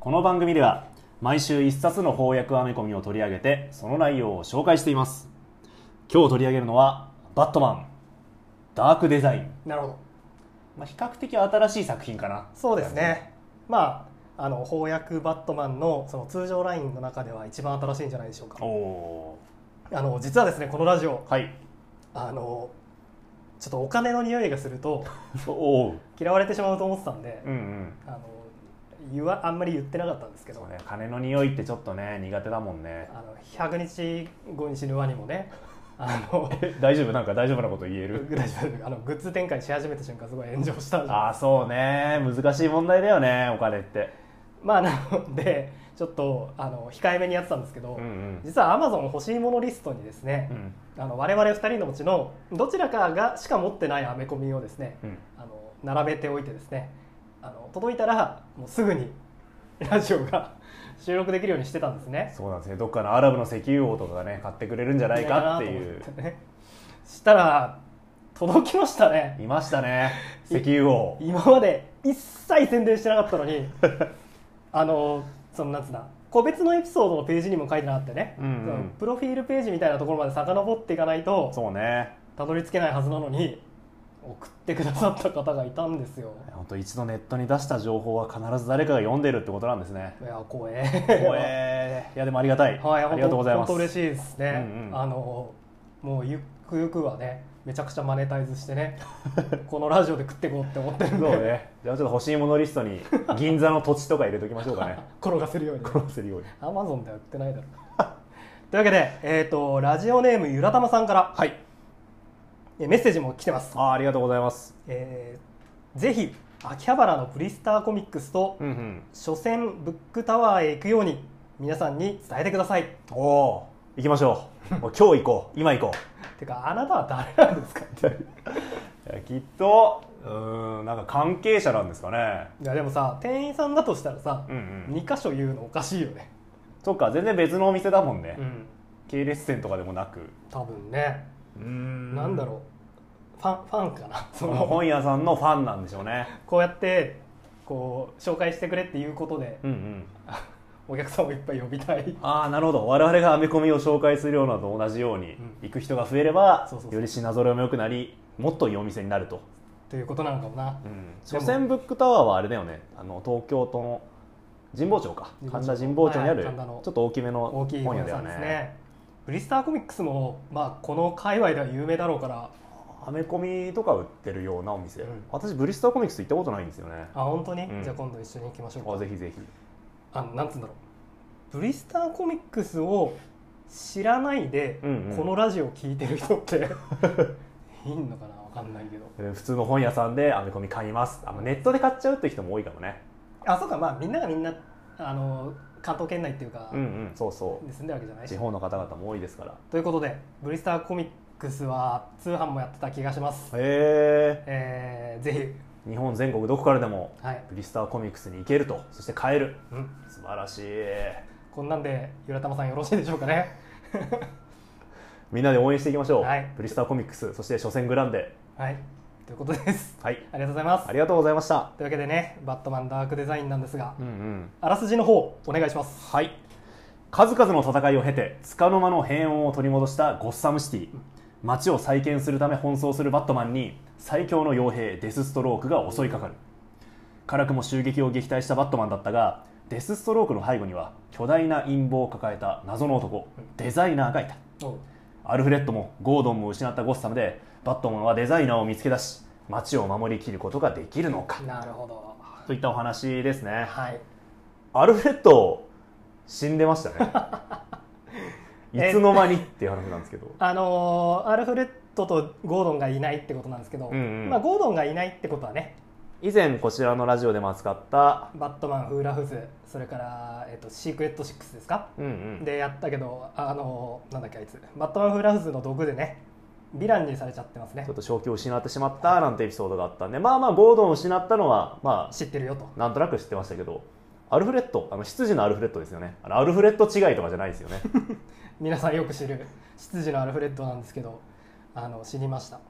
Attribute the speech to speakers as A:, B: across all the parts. A: この番組では毎週一冊の翻訳アメコミを取り上げてその内容を紹介しています今日取り上げるのは「バットマン」「ダークデザイン
B: なるほど」
A: まあ、比較的新しい作品かな
B: そうですねまああの翻訳バットマンのその通常ラインの中では一番新しいんじゃないでしょうか
A: おお
B: あの実はですねこのラジオ
A: ーはい
B: あのちょっとお金の匂いがすると
A: お おう
B: 嫌われてしまうと思ってたんで
A: うんうん
B: あの言わあんまり言ってなかったんですけど、
A: そうね金の匂いってちょっとね苦手だもんね
B: あの100日後に死ぬワニもねあの
A: え大丈夫なんか大丈夫なこと言える
B: ぐ大丈夫あのグッズ展開し始めた瞬間すごい炎上したんで
A: ああそうね難しい問題だよねお金って
B: まあなのでちょっとあの控えめにやってたんですけど、
A: うんうん
B: 実は Amazon 欲しいものリストにですね
A: う、ん
B: あの我々2人のうちのどちらかがしか持ってないアメコミをですね
A: うん
B: あの並べておいてですねあの届いたらもうすぐにラジオが収録できるようにしてたんですね。
A: そうなんですねどっかのアラブの石油王とかがね買ってくれるんじゃないかってい
B: な
A: う
B: と思ってねしたら届きましたね
A: いましたね石油王
B: 今まで一切宣伝してなかったの にあのそのなんつうんだ個別のエピソードのページにも書いてなかったよね、
A: うんうん
B: そのプロフィールページみたいなところまで遡っていかないと
A: そうね
B: たどり着けないはずなのに送ってくださった方がいたんですよ
A: 本当一度ネットに出した情報は必ず誰かが読んでるってことなんですね
B: いや光栄
A: 光栄いやでもありがたい、
B: はい、
A: ありがとうございます
B: 本当嬉しいですね。
A: うんうん
B: あのもうゆくゆくはね、めちゃくちゃマネタイズしてね、このラジオで食っていこうって思ってる ん
A: そう
B: で、
A: ねじゃあちょっと欲しいものリストに銀座の土地とか入れときましょうかね
B: 転がせるように。
A: このセリオに
B: アマゾンでは売ってないだろう。 というわけで、えっ、とラジオネームゆらたまさんから、
A: はい
B: えメッセージも来てます。
A: あーありがとうございます
B: えーぜひ秋葉原のブリスターコミックスと
A: うんうん
B: 書店ブックタワーへ行くように皆さんに伝えてください。
A: おおー行きましょうもう今日行こう今行こ
B: てかあなたは誰なんですか。
A: ういやきっとうーんなんか関係者なんですかね
B: いやでもさ、店員さんだとしたらさ。
A: うんうん
B: 2箇所言うのおかしいよね
A: そっか全然別のお店だもんね、
B: ん
A: 系列店とかでもなく
B: 多分ね、
A: うん
B: なんだろうファンファンかな そ
A: その
B: の
A: 本屋さんのファンなんでしょうね
B: こうやってこう紹介してくれっていうことで
A: うんうん
B: お客さんをいっぱい呼びたい
A: ああなるほど我々がアメコミを紹介するようなのと同じように、
B: うん
A: 行く人が増えれば
B: そうそうそう
A: より品揃えも良くなりもっといいお店になると、
B: ということなのかもな
A: うん、所詮ブックタワーはあれだよねあの東京都の神保町か
B: 神保町
A: 神田神保町にあ
B: は
A: る
B: い
A: ち
B: 神田
A: ょ
B: の
A: っと大きめの
B: 大きい
A: 本
B: 本
A: 屋だよ
B: 屋さん
A: ね
B: ですねブリスターコミックスも、まあ、この界隈では有名だろうから
A: アメコミとか売ってるようなお店、
B: うん
A: 私ブリスターコミックス行ったことないんですよね
B: あ本当に、
A: うん
B: じゃあ今度一緒に行きましょうか
A: あぜひぜひ
B: あのなんつうんだろうブリスターコミックスを知らないで、
A: うんうん
B: このラジオを聞いてる 人っていんのかなわかんないけど
A: えー普通の本屋さんでアメコミ買いますあのネットで買っちゃうって人も多いかもね
B: あそうかまあみんながみんなあの関東圏内っていうか、
A: うんうんそうそう
B: で住んでるわけじゃないし
A: 地方の方々も多いですから
B: ということでブリスターコミックスは通販もやってた気がします、
A: へ
B: えー
A: え
B: ぜ
A: 日本全国どこからでも
B: ひはい、
A: ブリスターコミックスに行けるとそして買える
B: うん、
A: 素晴らしい
B: こんなんでゆらたまさんよろしいでしょうかね
A: みんなで応援していきましょう、
B: はい
A: ブリスターコミックスそして初戦グランデ
B: はいということです
A: はい
B: ありがとうございます
A: ありがとうございました
B: というわけでねバットマンダークデザインなんですが
A: うんうん
B: あらすじの方お願いします
A: はい数々の戦いを経て束の間の平穏を取り戻したゴッサムシティ街を再建するため奔走するバットマンに最強の傭兵デス・ストロークが襲いかかる辛くも襲撃を撃退したバットマンだったがデス・ストロークの背後には巨大な陰謀を抱えた謎の男デザイナーがいた
B: おう
A: アルフレッドもゴードンも失ったゴッサムでバットマンはデザイナーを見つけ出し街を守りきることができるのか
B: なるほど
A: といったお話ですね
B: はい
A: アルフレッド死んでま したね
B: え
A: いつの間にっていう話なんですけど
B: あのーアルフレッドとゴードンがいないってことなんですけど、
A: うんうん
B: まあ、ゴードンがいないってことはね
A: 以前こちらのラジオでも扱った
B: バットマンフーラフズそれから、えっとシークレット6ですか、
A: うんうん
B: でやったけどあのなんだっけあいつバットマンフーラフズの毒でねヴィランにされちゃってますね
A: ちょっと正気を失ってしまったなんてエピソードがあったんでまあまあゴードンを失ったのはま
B: 知ってるよと
A: あなんとなく知ってましたけどアルフレッドあの執事のアルフレッドですよねあのアルフレッド違いとかじゃないですよ ね
B: 皆さんよく知る執事のアルフレッドなんですけどあの死にました、は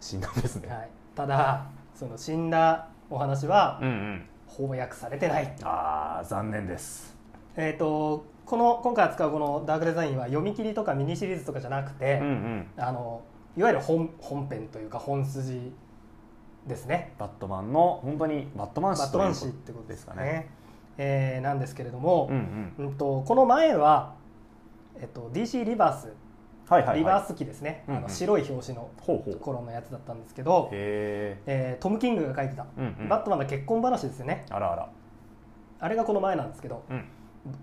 A: 死んだんですね
B: い、ただその死んだお話は
A: うんうん
B: 翻訳されてない、
A: あー残念です
B: えー、とこの今回扱うこの「ダークデザイン」は読み切りとかミニシリーズとかじゃなくて、
A: うんうん
B: あのいわゆる本本編というか本筋ですね
A: バットマンの本当にバットマン
B: バ
A: 誌
B: ットマン誌ってことですかね
A: です
B: えーなんですけれども、
A: うんうん
B: うんとこの前は、えっと、DC リバース、
A: はいはい、はい、
B: リバース機ですね、
A: うんうん
B: あの白い表紙の
A: ほうほ
B: と
A: う
B: ころのやつだったんですけど、
A: へ
B: えートム・キングが書いてた、
A: えうんうん
B: バットマンの結婚話ですよね
A: あらあら
B: あれがこの前なんですけど
A: うん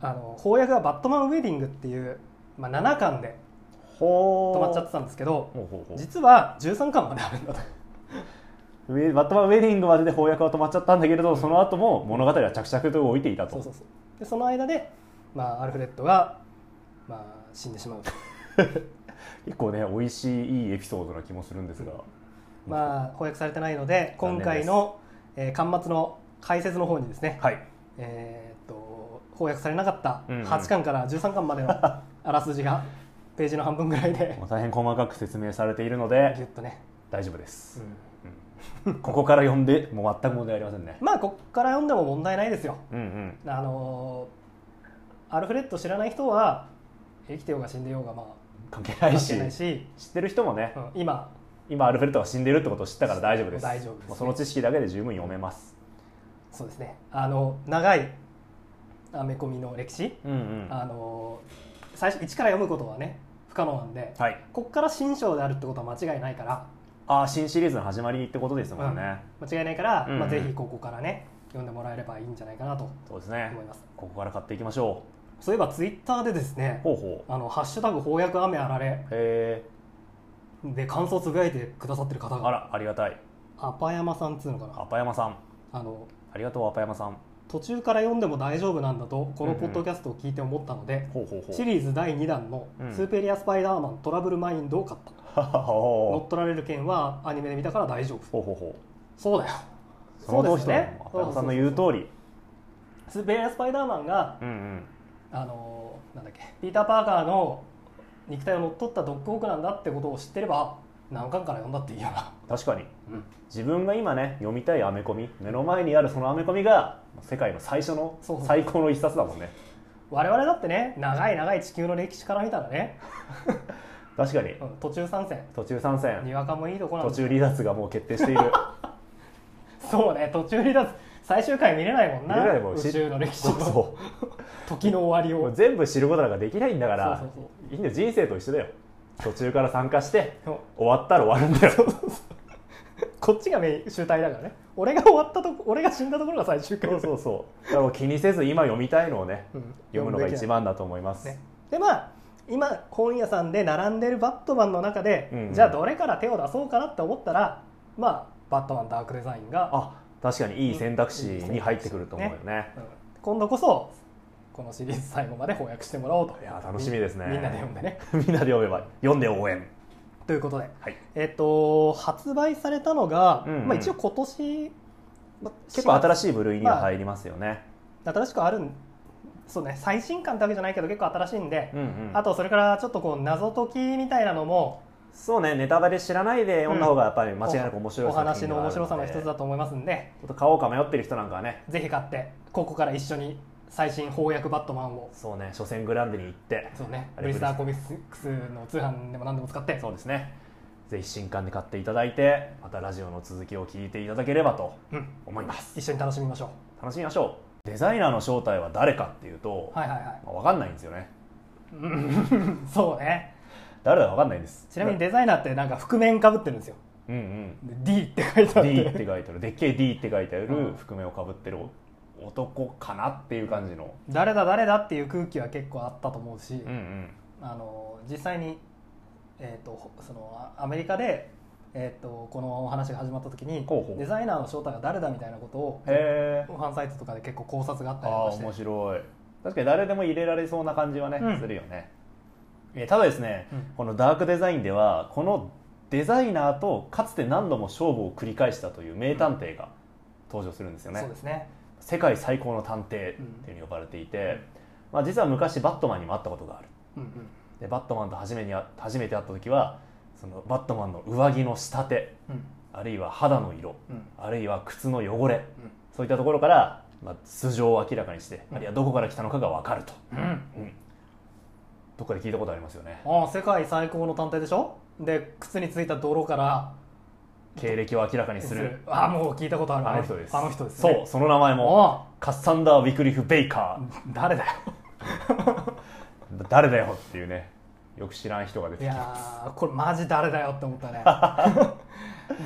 B: あの翻訳が「バットマン・ウェディング」っていう、まあ、7巻で
A: ほ
B: 止
A: ー
B: まっちゃってたんですけど
A: ほうほうほう
B: 実は13巻まであるんだと
A: ウェバットマンウェディングまでで翻訳は止まっちゃったんだけれどその後も物語は着々と動いていたと
B: そうそうそうでその間で、まあ、アルフレッドが、まあ、死んでしまうと、
A: 結構ね美味しいいいエピソードな気もするんですが、
B: まあ、翻訳されてないので今
A: 残
B: 回
A: 念
B: の、えー巻末の解説の方にですね
A: はい
B: えーっと翻訳されなかった
A: うんうん
B: 8巻から13巻までのあらすじがページの半分ぐらいで
A: もう大変細かく説明されているので
B: ぎゅっとね、
A: 大丈夫です、ここから読んでもう全く問題ありませんね
B: まあこっから読んでも問題ないですよ
A: うんうん
B: あのーアルフレッド知らない人は生きてようが死んでようがまあ
A: 関係ない
B: 関
A: し
B: 係ないし、
A: 知ってる人もね、
B: うん今
A: 今アルフレッドが死んでるってことを知ったから大丈夫です
B: 大丈夫ですね
A: もうその知識だけで十分読めます
B: そうですねあの長いアメコミの歴史、
A: うんうん
B: あのー最初一から読むことはね不可能なんで、
A: はい
B: こっから新章であるってことは間違いないから
A: ああ新シリーズの始まりってことですもんね、
B: 間違いないから、
A: うんうん
B: まあ、ぜひここからね読んでもらえればいいんじゃないかなと
A: そうですね
B: 思います
A: ここから買っていきましょ
B: そういえばツイッターでです
A: う
B: ね
A: ほうほ
B: 「あのハッシュタグ翻訳雨あられ
A: うへえ」
B: で感想つぶやいてくださってる方
A: あ
B: が
A: らありがたい
B: アパヤマさんっつうのかな
A: アパヤマさん
B: あの
A: ありがとうアパヤマさん
B: 途中から読んでも大丈夫なんだとこ
A: うん
B: の
A: うん
B: ポッドキャストを聞いて思ったので、
A: ほうほうほう
B: シリーズ第2弾の
A: うん
B: 「スーペリア・スパイダーマントラブルマインド」を買った、乗っ
A: ほ
B: 取られる件はアニメで見たから大丈夫
A: うほうほ
B: そうだよ
A: うその通り
B: そうです
A: ね
B: ね
A: アパヤマさんの言う通り
B: スーペリア・スパイダーマンが
A: うんうん
B: あのーなんだっけピーター・パーカーの肉体を乗っ取ったドッグホークなんだってことを知ってれば何巻から読んだっていいよな、
A: 確かに自分が今ね読みたいアメコミ目の前にあるそのアメコミが世界の最初の
B: そうそう
A: 最高の一冊だもんね
B: 我々だってね長い長い地球の歴史から見たらね、
A: 確かに
B: うん途中参戦
A: 途中参戦
B: にわかもいいとこなん
A: 途
B: で
A: 中離脱がもう決定している
B: そうね途中離脱最終回見れないもんな
A: 見れないもんし
B: 宇宙の歴史
A: そう
B: の
A: そ
B: 時の終わり
A: うも
B: を
A: う全部知ることなんかできないんだから
B: そうそう
A: いいんだよ人生と一緒だよ途中から参加して
B: そう
A: 終わったら終わるんだよ
B: こっちがメイン主体だからね俺が終わったとこ俺が死んだところが最終回
A: そうそうそうだからもう気にせず今読みたいのをね
B: うん
A: 読むのが一番だと思います、
B: ね、でまあ今本屋さんで並んでるバットマンの中で、
A: うんうん
B: じゃあどれから手を出そうかなって思ったらまあバットマンダークデザインが、
A: あ確かにいい選択肢に入ってくると思うよね
B: うん今度こそこのシリーズ最後まで翻訳してもらおうと
A: いやー楽しみですね
B: みみんなで読んでね
A: みんなで読めば読んで応援
B: ということで
A: はい
B: えっ、と発売されたのが、
A: うんうん
B: まあ、一応今年、まあ
A: 結構新
B: し
A: しい部類には入りますよね、
B: 新しくあるんそうね最新刊ってわけじゃないけど結構新しいんで、
A: うんうん
B: あとそれからちょっとこう謎解きみたいなのも
A: そうねネタバレ知らないで読んだ方がやっぱり間違いなく面白い
B: お話の面白さの一つだ
A: ち
B: と思いますんで
A: ょっと買おうか迷ってる人なんかはね
B: ぜひ買ってここから一緒に最新翻訳バットマンを
A: そうね初戦グランデに行って
B: そうね
A: あれ
B: ブリスターコミックスの通販でも何でも使って
A: そうですねぜひ新刊で買っていただいてまたラジオの続きを聞いていただければと
B: うん、
A: 思います
B: 一緒に楽しみましょ
A: 楽しみましょうデザイナーの正体は誰かっていうと、
B: うはいはいはい
A: まあ分かんないんですよね
B: うん そうね
A: 誰だか分かんないんです
B: ちなみにデザイナーってなんか覆面かぶってるんですよ
A: うん うん
B: で D って書いてある
A: D って書いてあるでっけえ D って書いてある
B: うん
A: 覆面をかぶってる男かなっていう感じの
B: 誰だ誰だっていう空気は結構あったと思うし、
A: うんうん
B: あの実際に、えー、とそのあアメリカで、えー、とこのお話が始まった時に
A: ほうほう
B: デザイナーの正体が誰だみたいなことを
A: へえ
B: ファンサイトとかで結構考察があったり
A: ああ
B: とかして
A: 面白い確かに誰でも入れられそうな感じはね、
B: うん
A: するよね、えーただですね、
B: うん
A: このダークデザインではこのデザイナーとかつて何度も勝負を繰り返したという名探偵が登場するんですよね、
B: そうですね
A: 世界最高の探偵っていうふうに呼ばれていて、まあ、実は昔バットマンにも会ったことがある
B: うんうん
A: でバットマンと初めにあ初めて会った時はそのバットマンの上着の仕立て
B: うん
A: ああるいは肌の色、
B: うん
A: あるいは靴の汚れ
B: うん
A: そういったところから、まあ、素性を明らかにして、
B: うん
A: あるいはどこから来たのかが分かると、
B: うん
A: どっかで聞いたことありますよね
B: ああ世界最高の探偵でしょで靴についた泥から
A: 経歴を明らかにする
B: ああもう聞いたことある
A: あの人です
B: あの人です、
A: そうその名前も
B: あ
A: カッサンダー・ウィクリフ・ベイカ
B: あ誰だよ
A: ー誰だよっていうねよく知らん人が出
B: い
A: てきた
B: やーこれマジ誰だよって 思ったねもう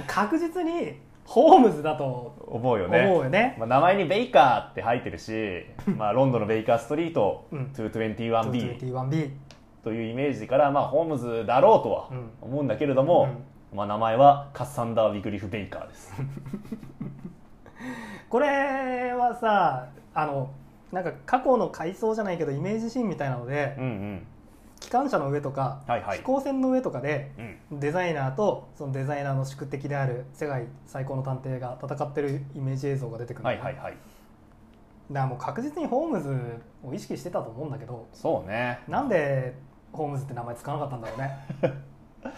B: 確実にホームズだと
A: 思うよ
B: 思う
A: ね
B: よね
A: まあ、名前にベイカーって入ってる し、まあ、ロンドンのベイカーストリート
B: うん
A: 221B
B: 21B
A: というイメージから、まあ、ホームズだろうとは
B: うん
A: 思うんだけれども、まあ、名前はカッサンダー・ウィクリフ・ベイカー です
B: これはさあのなんか過去の回想じゃないけどイメージシーンみたいなので、
A: うんうん
B: 機関車の上とか、
A: はいはい
B: 飛行船の上とかで
A: うん
B: デザイナーとそのデザイナーの宿敵である世界最高の探偵が戦ってるイメージ映像が出てくるんだ
A: は
B: よ
A: い
B: ね
A: はいはい
B: だからもう確実にホームズを意識してたと思うんだけど
A: そうね
B: なんでホームズって名前つかなかったんだろうね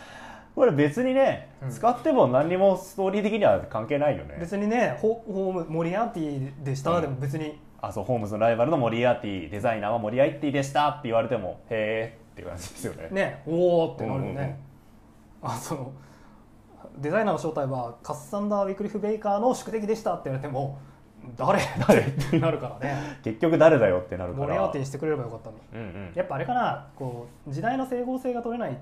A: これ別にね、
B: うん
A: 使っても何にもストーリー的には関係ないよね
B: 別にねホホームモリアーティでした、
A: うん
B: でも別に
A: あそうホームズのライバルのモリアーティデザイナーはモリアーティでしたって言われてもへえっていう感じですよね
B: ねおおってなるよ
A: うんうんうん
B: ね、あそのデザイナーの正体はカッサンダー・ウィクリフ・ベイカーの宿敵でしたって言われても誰
A: 誰
B: ってなるから ね
A: 結局誰だよってなるから
B: モリアーティにしてくれればよかったのに
A: うんうん
B: やっぱあれかなこう時代の整合性が取れない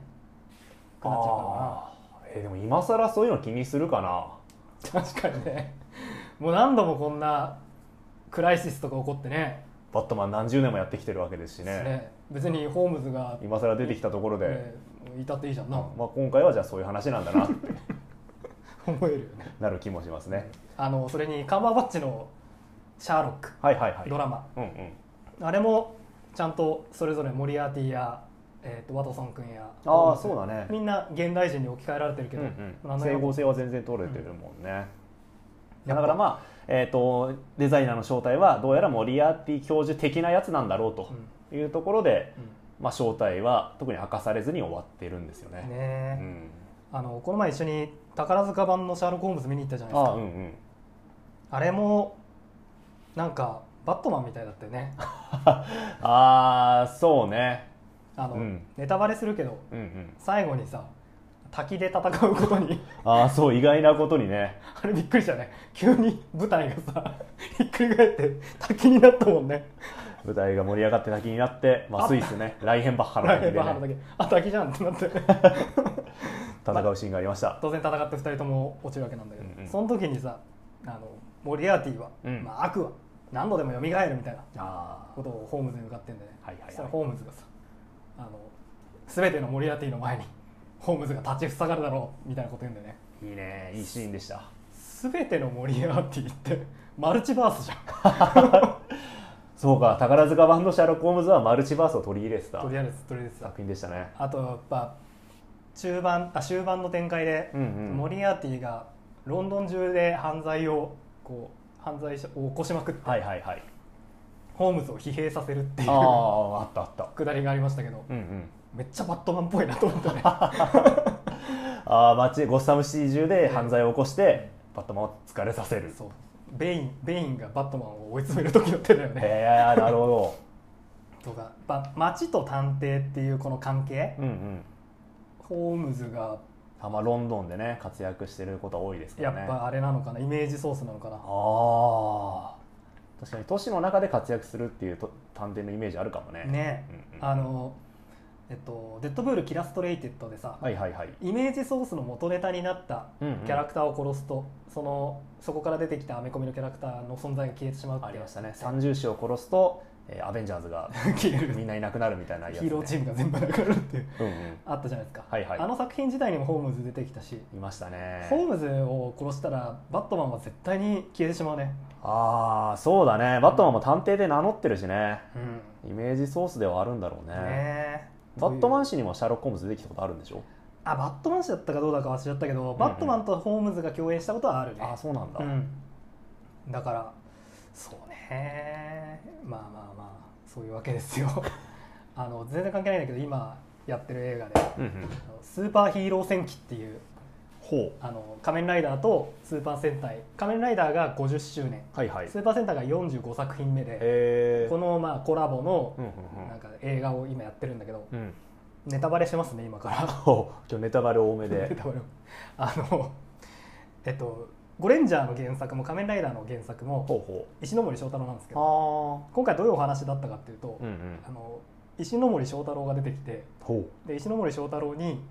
B: くなっちゃ
A: あーえーでも今更そういうの気にするかな
B: うからな確かにねもう何度もこんなクライシスとか起こってね
A: バットマン何十年もやってきてるわけですしね
B: ね別にホームズが、
A: 今更出てきたところで、
B: ね、いたっていいじゃんな、
A: まあ、今回はじゃあそういう話なんだなって
B: 思えるよね
A: なる気もしますね
B: あのそれにカンバーバッチの「シャーロック
A: はいはいは」い
B: ドラマ、
A: うんうん
B: あれもちゃんとそれぞれモリアーティや、えー、とワトソン君や
A: ああそうだね
B: みんな現代人に置き換えられてるけ
A: う
B: ど、
A: んう
B: あ
A: ん、
B: の
A: 整合性は全然取れてるもんね、だからまあ、えー、とデザイナーの正体はどうやらモリアーティ教授的なやつなんだろう
B: うん
A: というところで、
B: う
A: まあ、正体は特に明かされずに終わってるんですよ
B: んね
A: ね。う
B: え、
A: ん、
B: あのこの前一緒に宝塚版の「シャーロック・ホームズ」見に行ったじゃないです
A: あ
B: か
A: う
B: あ,、
A: んうん
B: れもなんかバットマンみたいだったよね
A: あーそうね
B: あの、
A: うん
B: ネタバレするけど
A: うんうん
B: 最後にさ滝で戦うことに
A: ああそう意外なことにね
B: あれびっくりしたね急に舞台がさひっくり返って滝になったもんね
A: 舞台が盛り上がって滝になって、まあ、
B: あ
A: スイスねライヘンバッハの
B: ライ
A: 滝
B: フ
A: で、
B: バハの
A: ね、
B: 滝あ滝じゃんってなって
A: 戦うシーンがありました、
B: 当然戦って2人とも落ちるわけなんだけど、
A: うんうん
B: その時にさあのモリアーティは、
A: うん
B: まあ、悪は何度でも蘇るみたいな
A: あ
B: ことをホームズに向かってんだね、
A: はいはいはい
B: そしたらホームズがさあの全てのモリアーティの前にホームズが立ちふさがるだろうみたいなこと言うんだよね
A: あいいねいいシーンでした
B: 全てのモリアーティってマルチバースじゃん
A: そうか宝塚バンドシャーロック・ホームズはマルチバースを取り入れてた
B: とりあえずとりあえずさ
A: 作品でしたね
B: あとやっぱ中盤あ終盤の展開で、
A: うんうん
B: モリアーティがロンドン中で犯罪をこう犯罪者を起こしまくって、
A: はいはいはい
B: ホームズを疲弊させるっていう
A: あああったあった
B: くだりがありましたけど、
A: うんうん
B: めっちゃバットマンっぽいなと思 ったね
A: ああ街ゴッサムシティ中で犯罪を起こしてバットマンを疲れさせる
B: そうベインベインがバットマンを追い詰める時の手だよね
A: へえなる ほ
B: とかま街と探偵っていうこの関係
A: どうんうん
B: ホームズが
A: あまあロンドンでね活躍してることは多いですか
B: や
A: ら
B: っ
A: ね
B: ぱあれなのかなイメージソースなのかな
A: ああ確かに都市の中で活躍するっていうと探偵のイメージあるかもね
B: ね
A: うんうん
B: あのえっと「デッドブール・キラストレイテッド」でさ、
A: はいはいはい、
B: イメージソースの元ネタになった
A: うんうん
B: キャラクターを殺すと、そのそこから出てきたアメコミのキャラクターの存在が消えてしまうって
A: ありましたね三重視を殺すと、えーアベンジャーズ が
B: 消える
A: みんないなくなるみたいなやつ、ね、
B: ヒーローチームが全部なくなるっていう
A: うんうん
B: あったじゃないですか、
A: はいはい
B: あの作品自体にもホームズ出てきたし、
A: いましたね
B: ホームズを殺したらバットマンは絶対に消えてしまうね、
A: ああそうだねバットマンも探偵で名乗ってるしね
B: うん、ね
A: イメージソースではあるんだろうね
B: え
A: バットマン
B: という
A: 氏にもシャーロック・ホームズ出てきたことあるんでしょ、
B: あバットマン氏だったかどうだか忘れちゃったけど、
A: ん
B: バットマンとホームズが共演したことはあるね
A: ああそうなんだ、
B: うん、だからそうねまあまあまあそういうわ けですよあの全然関係ないんだけど今やってる映画で
A: うんうん
B: 「あのスーパーヒーロー戦記」っていう
A: ほう
B: あの仮面ライダーとスーパー戦隊仮面ライダーが50周年、
A: はいはい
B: スーパー戦隊が45作品目で
A: え
B: このまあコラボの
A: うんうん
B: なんか映画を今やってるんだけど
A: うんうん
B: ネタバレしてますね今から
A: ほう今日ネタバレ多め
B: ネ
A: で
B: タバレをあのえっとゴレンジャーの原作も仮面ライダーの原作も
A: ほうほ
B: 石ノ森章太郎なんですけ
A: う
B: ど
A: あ
B: 今回どういうお話だったかっていうと、
A: うんうん
B: あの石ノ森章太郎が出てきて
A: ほ
B: で石ノ森章太郎に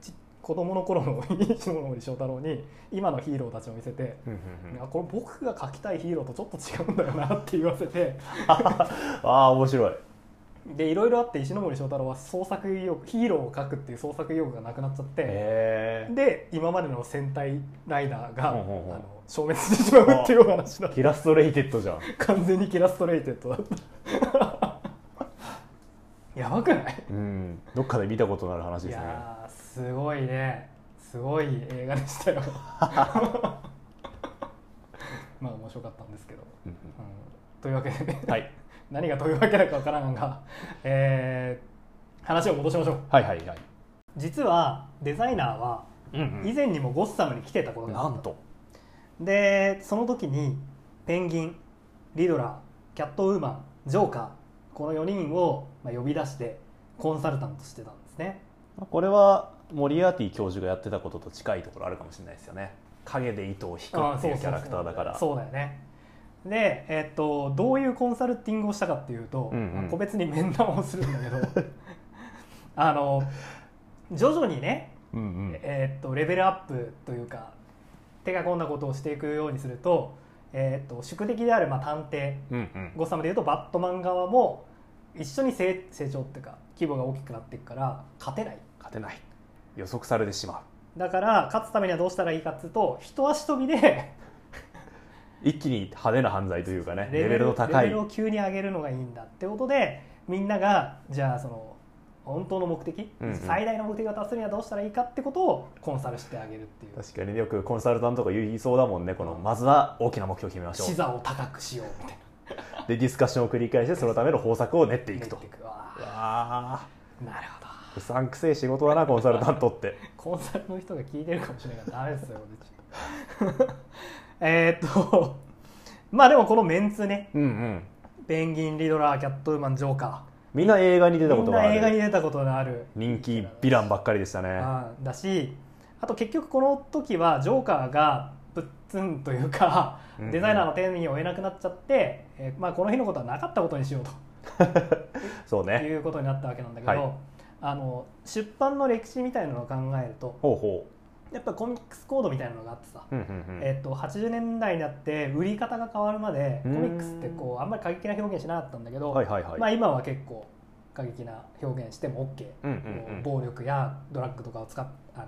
B: ち子供の頃の 石ノ森章太郎に今のヒーローたちを見せて、
A: ううんうんうん
B: あこれ僕が描きたいヒーローとちょっと違うんだよなって言わせて
A: ああ面白い
B: でいろいろあって石ノ森章太郎は創作意欲ヒーローを描くっていう創作意欲がなくなっちゃって。
A: へえ
B: で今までの戦隊ライダーが、
A: ほうほうほう
B: あの消滅してしまうっていうお話だ
A: キラストレイテッドじゃん
B: 完全にキラストレイテッドだった やばくない
A: うんどっかで見たことのある話
B: い
A: ですね
B: やーすごいねすごい映画でした よまあ面白かったんですけど、
A: うんう
B: うんというわけで ね
A: んはい
B: 何がどういうわけだかわからんが、えー話を戻しましょう
A: はいはいはい
B: 実はデザイナーは
A: うん
B: 以前にもゴッサムに来てたことがあ
A: な
B: った
A: んと
B: でその時にペンギンリドラーキャットウーマンジョーカーこの4人をまあ呼び出してコンサルタントしてたんですね
A: これはモリアーティ教授がやってたことと近いところあるかもしれないですよね影で糸を引くっていうキャラクターだから
B: そうだよねで、えっとどういうコンサルティングをしたかっていうと、
A: うんうん
B: まあ個別に面談をするんだけど あの徐々にね
A: うんうん
B: えーっとレベルアップというか手が込んだことをしていくようにすると,、えーっと宿敵であるまあ探偵
A: うんうん
B: ゴッサムでいうとバットマン側も一緒に成成長っていうか規模が大きくなっていくから勝てない
A: 勝てない予測されてしま
B: だから勝つためにはどうしたらいいかっていうと一足飛びで
A: う一気に派手な犯罪というかねレベルの高
B: レ
A: い
B: ベルを急に上げるのがいいんだってことでみんながじゃあその本当の目的、
A: うんうん
B: 最大の目的を達するにはどうしたらいいかってことをコンサルしてあげるっていう
A: 確かにねよくコンサルタントとか言いそうだもんねこのまずは大きな目標を決めましょ
B: 視
A: う
B: 座を高くしようみたいな
A: でディスカッションを繰り返してそのための方策を練ってい くと
B: 練ってくわ
A: あ
B: ーなるほど
A: うさんくせえ仕事だなコンサルタント って
B: コンサルの人が聞いてるかもしれないからダメですよ俺たち えーっとまあでもこのメンツね
A: うんうん
B: ペンギンリドラーキャットウーマンジョーカ
A: みんな映画に出た
B: ー
A: こ
B: み
A: と
B: ん
A: が
B: な
A: あ
B: 映画に
A: る
B: 出たことのある
A: 人気ヴィランばっかりでしたね
B: うんだしあと結局この時はジョーカーがプッツンというか
A: うんうん
B: デザイナーの手に負えなくなっちゃって、えーまあ、この日のことはなかったことにしようと
A: そうね
B: いうことになったわけなんだけど、
A: はい
B: あの出版の歴史みたいなのを考えると
A: ほうほ
B: やっぱコミックスコードみたいなのがあってさ、
A: ううんうんうん
B: えっと80年代になって売り方が変わるまで
A: う
B: コ
A: ん
B: ミックスってこうあんまり過激な表現しなかったんだけど、
A: はいはいはい、
B: まあ、今は結構過激な表現しても OK、
A: うんうんうん
B: 暴力やドラッグとかを使っあの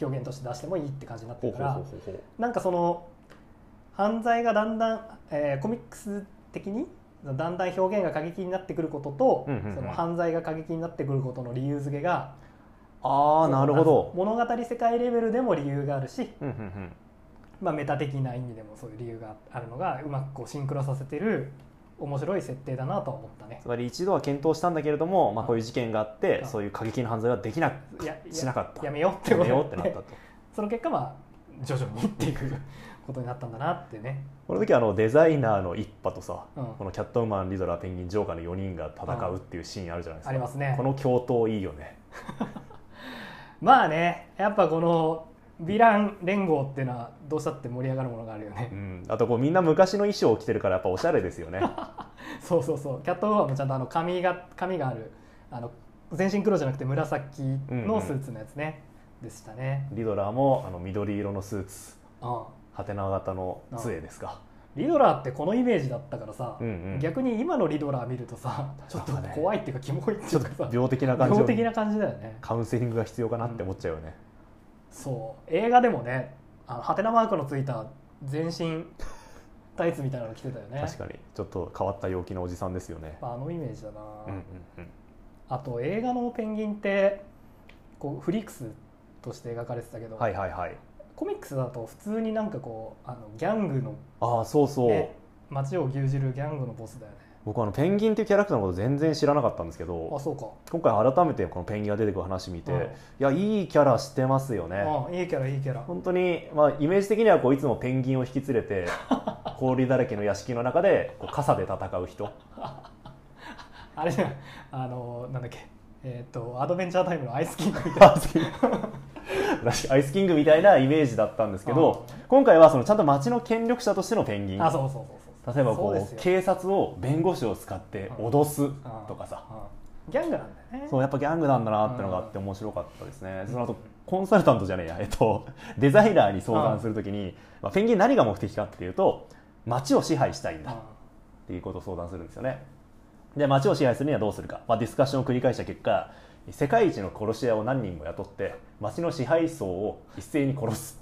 B: 表現として出してもいいって感じになって
A: ほう
B: るか
A: ほうほう
B: ら
A: ほうほう
B: なんかその犯罪がだんだん、えーコミックス的にだんだん表現が過激になってくることと、
A: うんうんうん
B: その犯罪が過激になってくることの理由付けが
A: ああなるほど、
B: 物語世界レベルでも理由があるし
A: うんうんうん、
B: まあ、メタ的な意味でもそういう理由があるのがうまくこうシンクロさせてる面白い設定だなとは思ったね
A: つ。まり一度は検討したんだけれども、まあ、こういう事件があって、
B: うん
A: そういう過激な犯罪はできな
B: やや
A: しなかった
B: やめようって
A: や
B: こ
A: め
B: とにな
A: よう
B: っ
A: って
B: て
A: なったと
B: その結果まあ徐々にっていうことになったんだなってね、
A: この時あのデザイナーの一派とさ
B: うん、
A: このキャットウーマンリドラーペンギンジョーカーの4人が戦うっていうシーンあるじゃないですか、
B: ありますね
A: この共闘いいよね
B: まあねやっぱこのヴィラン連合っていうのはどうしたって盛り上がるものがあるよね
A: う、んあとこうみんな昔の衣装を着てるからやっぱおしゃれですよ ね
B: そうそうそうキャットウーマンもちゃんとあの髪が髪があるあの全身黒じゃなくて紫のスーツのやつね、でしたね、
A: リドラーもあの緑色のスーツ
B: うん、
A: ハテナ型の杖ですか、
B: リドラーってこのイメージだったからさ、
A: うんうん
B: 逆に今のリドラー見るとさちょっと
A: なんかね
B: 怖いっていうかキモいっていうかさ
A: 病的な感じ
B: 病的な感じだよね
A: カウンセリングが必要かなって思っちゃうよね、
B: そう映画でもねあのハテナマークのついた全身タイツみたいなの着てたよね
A: 確かにちょっと変わった陽気なおじさんですよね、
B: あのイメージだな、
A: うんうんうん、
B: あと映画の「ペンギン」ってこうフリックスとして描かれてたけど、
A: はいはいはい
B: コミックスだと普通になんかこうあのギャングの、
A: ああそうそう、
B: ね、街を牛耳るギャングのボスだよね
A: 僕はあのペンギンっていうキャラクターのこと全然知らなかったんですけ
B: あ
A: ど
B: そうか
A: 今回改めてこのペンギンが出てくる話見て、
B: うん
A: いやいいキャラしてますよね、
B: うん、いいキャラいいキャラ
A: 本当にまあイメージ的にはこういつもペンギンを引き連れて氷だらけの屋敷の中でこう傘で戦う人
B: あれじゃんあのなんだっけえっ、とアドベンチャータイムのアイスキングみたい
A: アイスキング私アイスキングみたいなイメージだったんですけど今回はそのちゃんと町の権力者としてのペンギン
B: なあそうそうそうそう
A: 例えばこ
B: そう
A: う
B: ですよ
A: 警察を弁護士を使って脅すとかさ、
B: うんギャングなんだよね
A: そうやっぱギャングなんだなってのがあって面白かったですね、その後コンサルタントじゃねえや、えっと、デザイナーに相談するときに、まあ、ペンギン何が目的かっていうと街を支配したいんだっていうことを相談するんですよねで街を支配するにはどうするか、まあ、ディスカッションを繰り返した結果世界一の殺し屋を何人も雇って街の支配層を一斉に殺す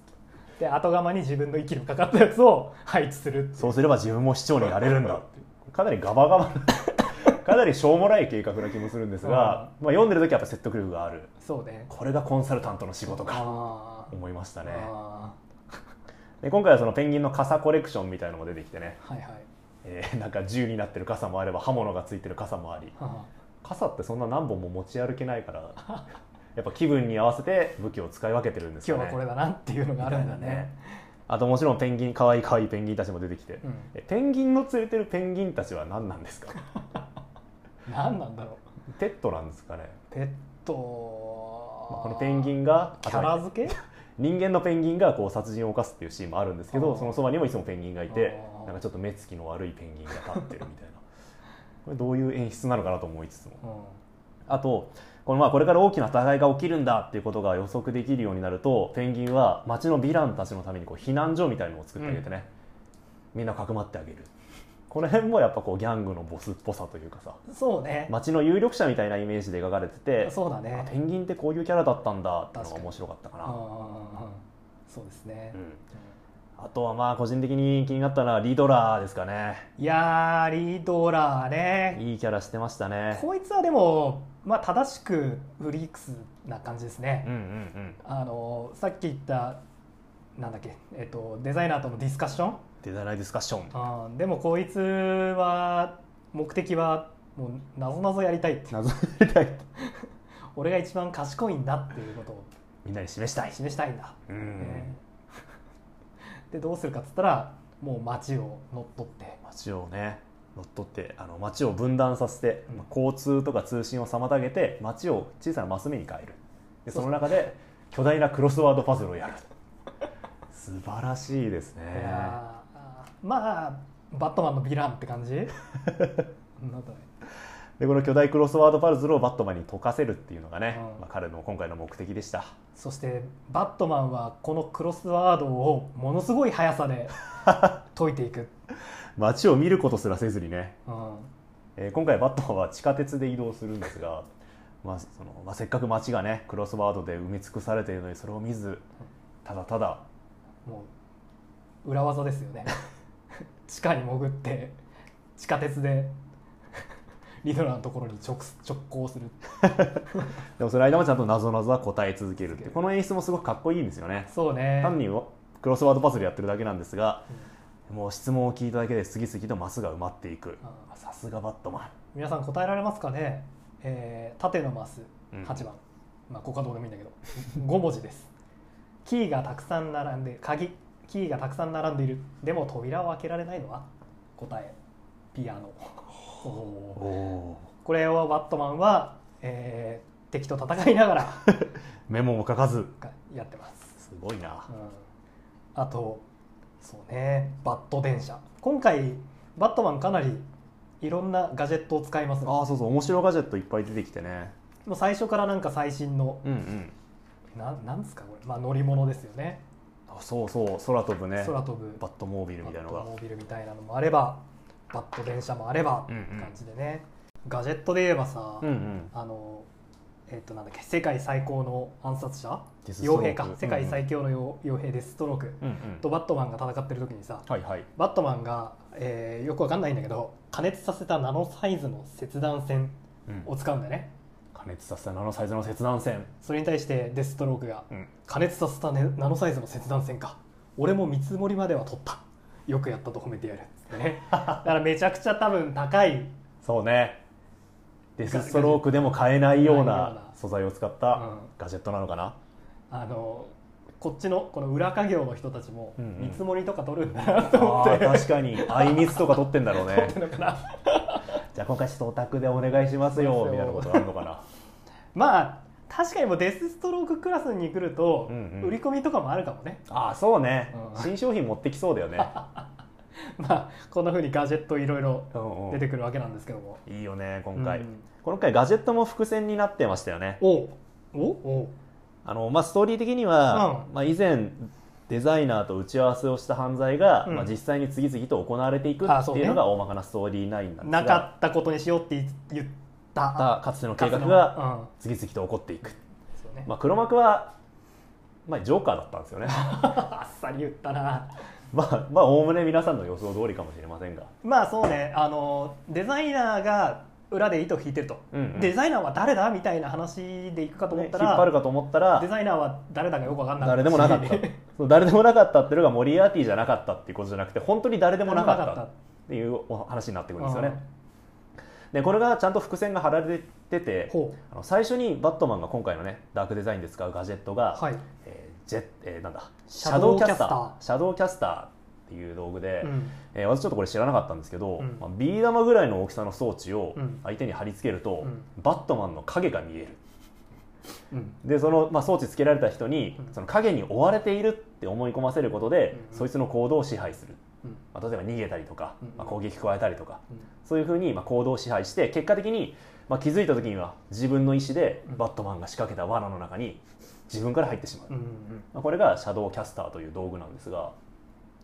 B: うんで後釜に自分の息のかかったやつを 配置するっていう
A: そうすれば自分も市長になれるんだっていうかなりガバガバな かなりしょうもない計画な気もするんですが、まあ、読んでる時はやっぱ説得力がある
B: そうね
A: これがコンサルタントの仕事か
B: あー
A: 思いましたね
B: あ
A: で今回はそのペンギンの傘コレクションみたいのも出てきてね、
B: ーはいはい
A: えーなん か銃になってる傘もあれば刃物がついてる傘もあり
B: あ
A: 傘ってそんな何本も持ち歩けないから やっぱ気分に合わせて武器を使い分けてるんです
B: ー今
A: よ
B: 日
A: ね
B: はこれだなっていうのがあるんだ
A: みたいな
B: ね
A: あともちろんペンギン可愛い可愛いペンギンたちも出てきて、
B: うん
A: えペンギンの連れてるペンギンたちは何なんです か
B: 何なんだろ
A: ペットなんですかね、
B: うペット
A: まあこのペンギンが
B: キャラ付け
A: 人間のペンギンがこう殺人を犯すっていうシーンもあるんですけ
B: あ
A: ど
B: ー
A: そのそばにもいつもペンギンがいて
B: あー
A: なんかちょっと目つきの悪いペンギンが立ってるみたいなこれどういう演出なのかなと思いつつも
B: うん
A: あとこのまあこれから大きな戦いが起きるんだっていうことが予測できるようになるとペンギンは町のヴィランたちのためにこう避難所みたいのを作ってあげてね、みんなかくまってあげるこの辺もやっぱこうギャングのボスっぽさというかさ
B: そうね、
A: 町の有力者みたいなイメージで描かれてて
B: そうだ
A: あ
B: ね
A: ペンギンってこういうキャラだったんだってのが面白かったか
B: あ
A: な
B: あそうですね、
A: うんあとはまあ個人的に気になったのはリドラーですかね
B: いやーリドラーね
A: いいキャラしてましたね
B: こいつはでも、まあ、正しくフリークスな感じですね
A: うん、うん
B: あのさっき言ったなんだっけ、えっと、デザイナーとのディスカッション
A: うんデザイナーディスカッション
B: あーでもこいつは目的はもうなぞなぞやりたいって
A: 謎みたい
B: 俺が一番賢いんだっていうことを
A: みんなに示したい
B: 示したいんだ、
A: うん、
B: ねでどうするかっつったらもう街を乗っ取って
A: 街をね乗っ取ってあの街を分断させて、まあ交通とか通信を妨げて街を小さなマス目に変えるでその中で巨大なクロスワードパズルをやる素晴らしいですね
B: いやーまあバットマンのヴィランって 感じなんだろう
A: でこの巨大クロスワードパズルをバットマンに解かせるっていうのがね、
B: うん
A: まあ、彼の今回の目的でした
B: そしてバットマンはこのクロスワードをものすごい速さ で解いていく、
A: 街を見ることすらせずにね
B: うん
A: えー今回バットマンは地下鉄で移動するんですが、 まあそのまあ、せっかく街がねクロスワードで埋め尽くされているのにそれを見ずただただ
B: もう裏技ですよね地下に潜って地下鉄で リドラーのところに直す直行する
A: でもその間もちゃんと謎々は答え続けるっていうこの演出もすごくかっこいいんですよね
B: そうね
A: 単にクロスワードパズルやってるだけなんですがもう質問を聞いただけで次々とマスが埋まっていく
B: あ
A: さすがバットマ
B: 皆さん答えられますかね、えー縦のマス
A: うん
B: 8番、まあここはどうでもいいんだけど5文字ですキーがたくさん並んで鍵キーがたくさん並んでいるでも扉を開けられないのは答えピアノ
A: ンおー
B: これをバットマンは、えー敵と戦いながら
A: メモも書かず
B: やってます、
A: すごいな
B: うん、あとそうねバット電車今回バットマンかなりいろんなガジェットを使います
A: ああそうそう面白ガジェットいっぱい出てきてね
B: もう最初からなんか最新の
A: うんうん
B: ななんですかこれ、まあ、乗り物ですよね
A: あそうそう空飛ぶね
B: 空飛ぶ
A: バットモービルみたいなの
B: バッ
A: が
B: トモービルみたいなのもあればバット電車もあれば、
A: うんうん
B: 感じでねガジェットで言えばさ、
A: うんうん
B: あのえっ、となんだっけ世界最高の暗殺者
A: デスストロ
B: 傭
A: ーク
B: 兵か、
A: うんうん
B: 世界最強の傭傭兵デストローク、
A: うんうん
B: とバットマンが戦ってる時にさ
A: はいはい
B: バットマンが、えーよくわかんないんだけど加熱させたナノサイズの切断線を使うんだよね
A: 加熱させたナノサイズの切断線
B: それに対してデストロークが
A: うん
B: 加熱させた、ね、ナノサイズの切断線か俺も見積もりまでは取ったよくやったと褒めてやるっつってねだからめちゃくちゃ多分高い、
A: そうねデスストロークでも買えないよう
B: 買えないよう
A: な
B: な
A: 素材を使っ
B: う
A: た
B: ん、
A: ガジェットなのかな、
B: あのこっちのこの裏稼業の人たちも
A: うんうん
B: 見積もりとか取るんだな
A: あ
B: と思って、
A: ー確かにあいみつとか取ってんだろう
B: 取
A: ね
B: ってんのかな
A: じゃあ今回ちょっとお宅でお願いしますよみたいなことあるのかな
B: まあ確かにもうデスストローククラスに来ると、
A: うんうん
B: 売り込みとかもあるかもね
A: ああそうね、
B: うん
A: 新商品持ってきそうだよ ね
B: まあこんなふうにガジェットいろいろ
A: うん、う
B: 出
A: ん
B: て、くるわけなんですけども、
A: いいよね今回、
B: うん
A: 今回ガジェットも伏線になってましたよね
B: おうおお
A: あの、まあ、ストーリー的には、
B: う
A: まあ、以前デザイナーと打ち合わせをした犯罪が、
B: うん
A: まあ、実際に次々と行われていく
B: あ
A: っ
B: そう
A: て
B: ね
A: いうのが大まかなストーリーラインなんですが
B: なかったことにしようって言った
A: またかつての計画
B: かつ
A: が
B: のうん
A: 次々と起こっていく、
B: ですよね
A: まあ、黒幕は、まあ、ジョーカーだったんですよ ね
B: あっさり言ったな
A: まあまあおおむね皆さんの予想通りかもしれませんが、
B: まあそうねあのデザイナーが裏で糸を引いてると、
A: うんうん
B: デザイナーは誰だみたいな話でいくかと思
A: ね
B: っ
A: 引
B: た
A: っ張
B: ら、
A: るかと思った
B: デ
A: ら
B: ザイナーは誰だかよく分かんない
A: 誰でもなかった そう誰でもなかったっていうのがモリアーティじゃなかったっていうことじゃなくて本当に誰で
B: で
A: もなかったっていうお話になってくるんですよね。でこれがちゃんと伏線が張られてて
B: ほ
A: あの最初にバットマンが今回のねダークデザインで使うガジェット
B: う
A: が、
B: はい、
A: えージェえーなんだ
B: シャドウキャスター
A: シャドウキャスターっていう道具で、
B: うん
A: えー私ちょっとこれ知らなかったんですけど、
B: うん
A: まあ、ビー玉ぐらいの大きさの装置を
B: うん
A: 相手に貼り付けると、
B: う
A: バットマンの影が見える
B: うん
A: でその、まあ、装置つけられた人に、
B: うん
A: その影に追われているって思い込ませることで、
B: うん
A: そいつの行動を支配する、
B: うん
A: まあ、例えば逃げたりとか、
B: うん
A: まあ、攻撃加えたりとか
B: うん
A: そういうふうにまあ行動を支配して結果的にまあ気づいた時には自分の意思で
B: うん
A: バットマンが仕掛けた罠の中に自分から入ってしまう、
B: うんうん
A: まあ、これがシャドウキャスターという道具なんですが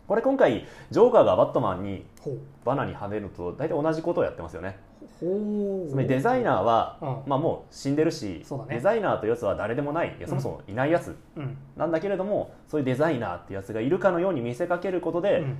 A: これ今回ジョーカーがバットマンに
B: ほう
A: 罠にはめるのと大体同じことをやってますよね
B: ほう
A: つまりデザイナーは、
B: うん
A: まあ、もう死んでるし、
B: そうだね
A: デザイナーというやつは誰でもないいやそもそもいないやつ
B: うん
A: なんだけれどもそういうデザイナーっていうやつがいるかのように見せかけることで、
B: うん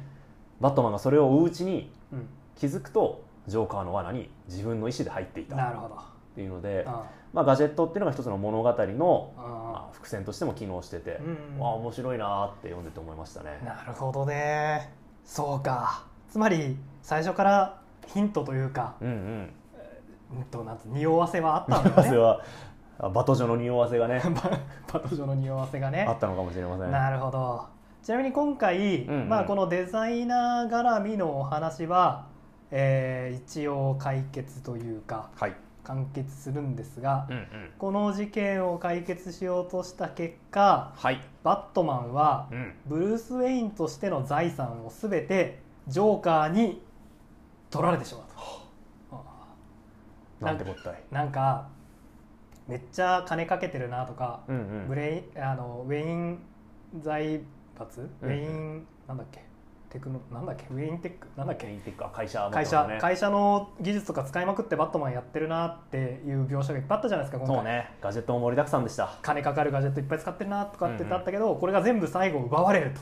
A: バットマンがそれを追ううちに
B: うん
A: 気づくとジョーカーの罠に自分の意思で入っていた
B: な
A: っ
B: るほどあ
A: ていうので、
B: あ
A: まあ、ガジェットっていうのが一つの物語の、
B: あ
A: まあ伏線としても機能してて
B: あ、うん
A: わあ面白いなーって読んでて思いましたね
B: なるほどねそうかつまり最初からヒントというか、
A: うんうん
B: うんと、なんつ匂わせはあったんだ
A: バ
B: よ
A: ス
B: ね
A: はあバトジョの匂わせが ね
B: パトジョの匂わせがね
A: あったのかもしれません
B: なるほどちなみに今回、
A: うんうん
B: まあ、このデザイナー絡みのお話は、えー一応解決というか
A: はい、
B: 完結するんですが、
A: うんうん、
B: この事件を解決しようとした結果
A: はい、
B: バットマンは
A: うん、
B: ブルース・ウェインとしての財産を全てジョーカーに取られてしまうと。ああ
A: なんてこったい
B: なんかめっちゃ金かけてるなとか、
A: うんう
B: ブ
A: ん
B: レインあのウェイン財閥、
A: うん
B: ウェインなんだっけテクノなんだっけウェインテックなんだっ
A: ケ
B: け
A: インテックあ会社の
B: 会
A: こと
B: 社、
A: ね
B: 会社の技術とか使いまくってバットマンやってるなっていう描写がいっぱいあったじゃないですか今
A: そう
B: 回、
A: ねガジェットも盛りだくさんでした
B: 金かかるガジェットいっぱい使ってるなとかって言ってあったけど、これが全部最後奪われると、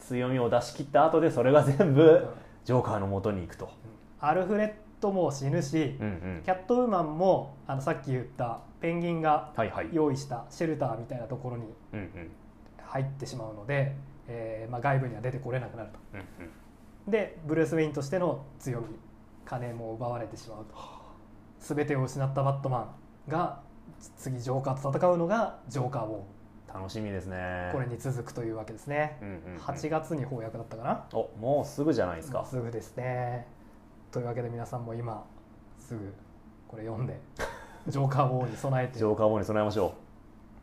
A: 強みを出し切った後でそれが全部ジョーカーの元に行くと、
B: アルフレッドも死ぬし、
A: うんうん
B: キャットウーマンもあのさっき言ったペンギンが
A: はいはい、
B: 用意したシェルターみたいなところに
A: うんうん
B: 入ってしまうので、えーまあ、外部には出てこれなくなると
A: うんうん、
B: でブルース・ウェインとしての強み金も奪われてしまうと全てを失ったバットマンが次ジョーカーと戦うのがジョーカーを
A: 楽しみですね
B: これに続くというわけですね
A: うんうんうん
B: 8月に翻訳だったかな
A: おもうすぐじゃないですか
B: すぐですねというわけで皆さんも今すぐこれ読んでジョーカー王に備えて
A: ジョーカー王に備えましょ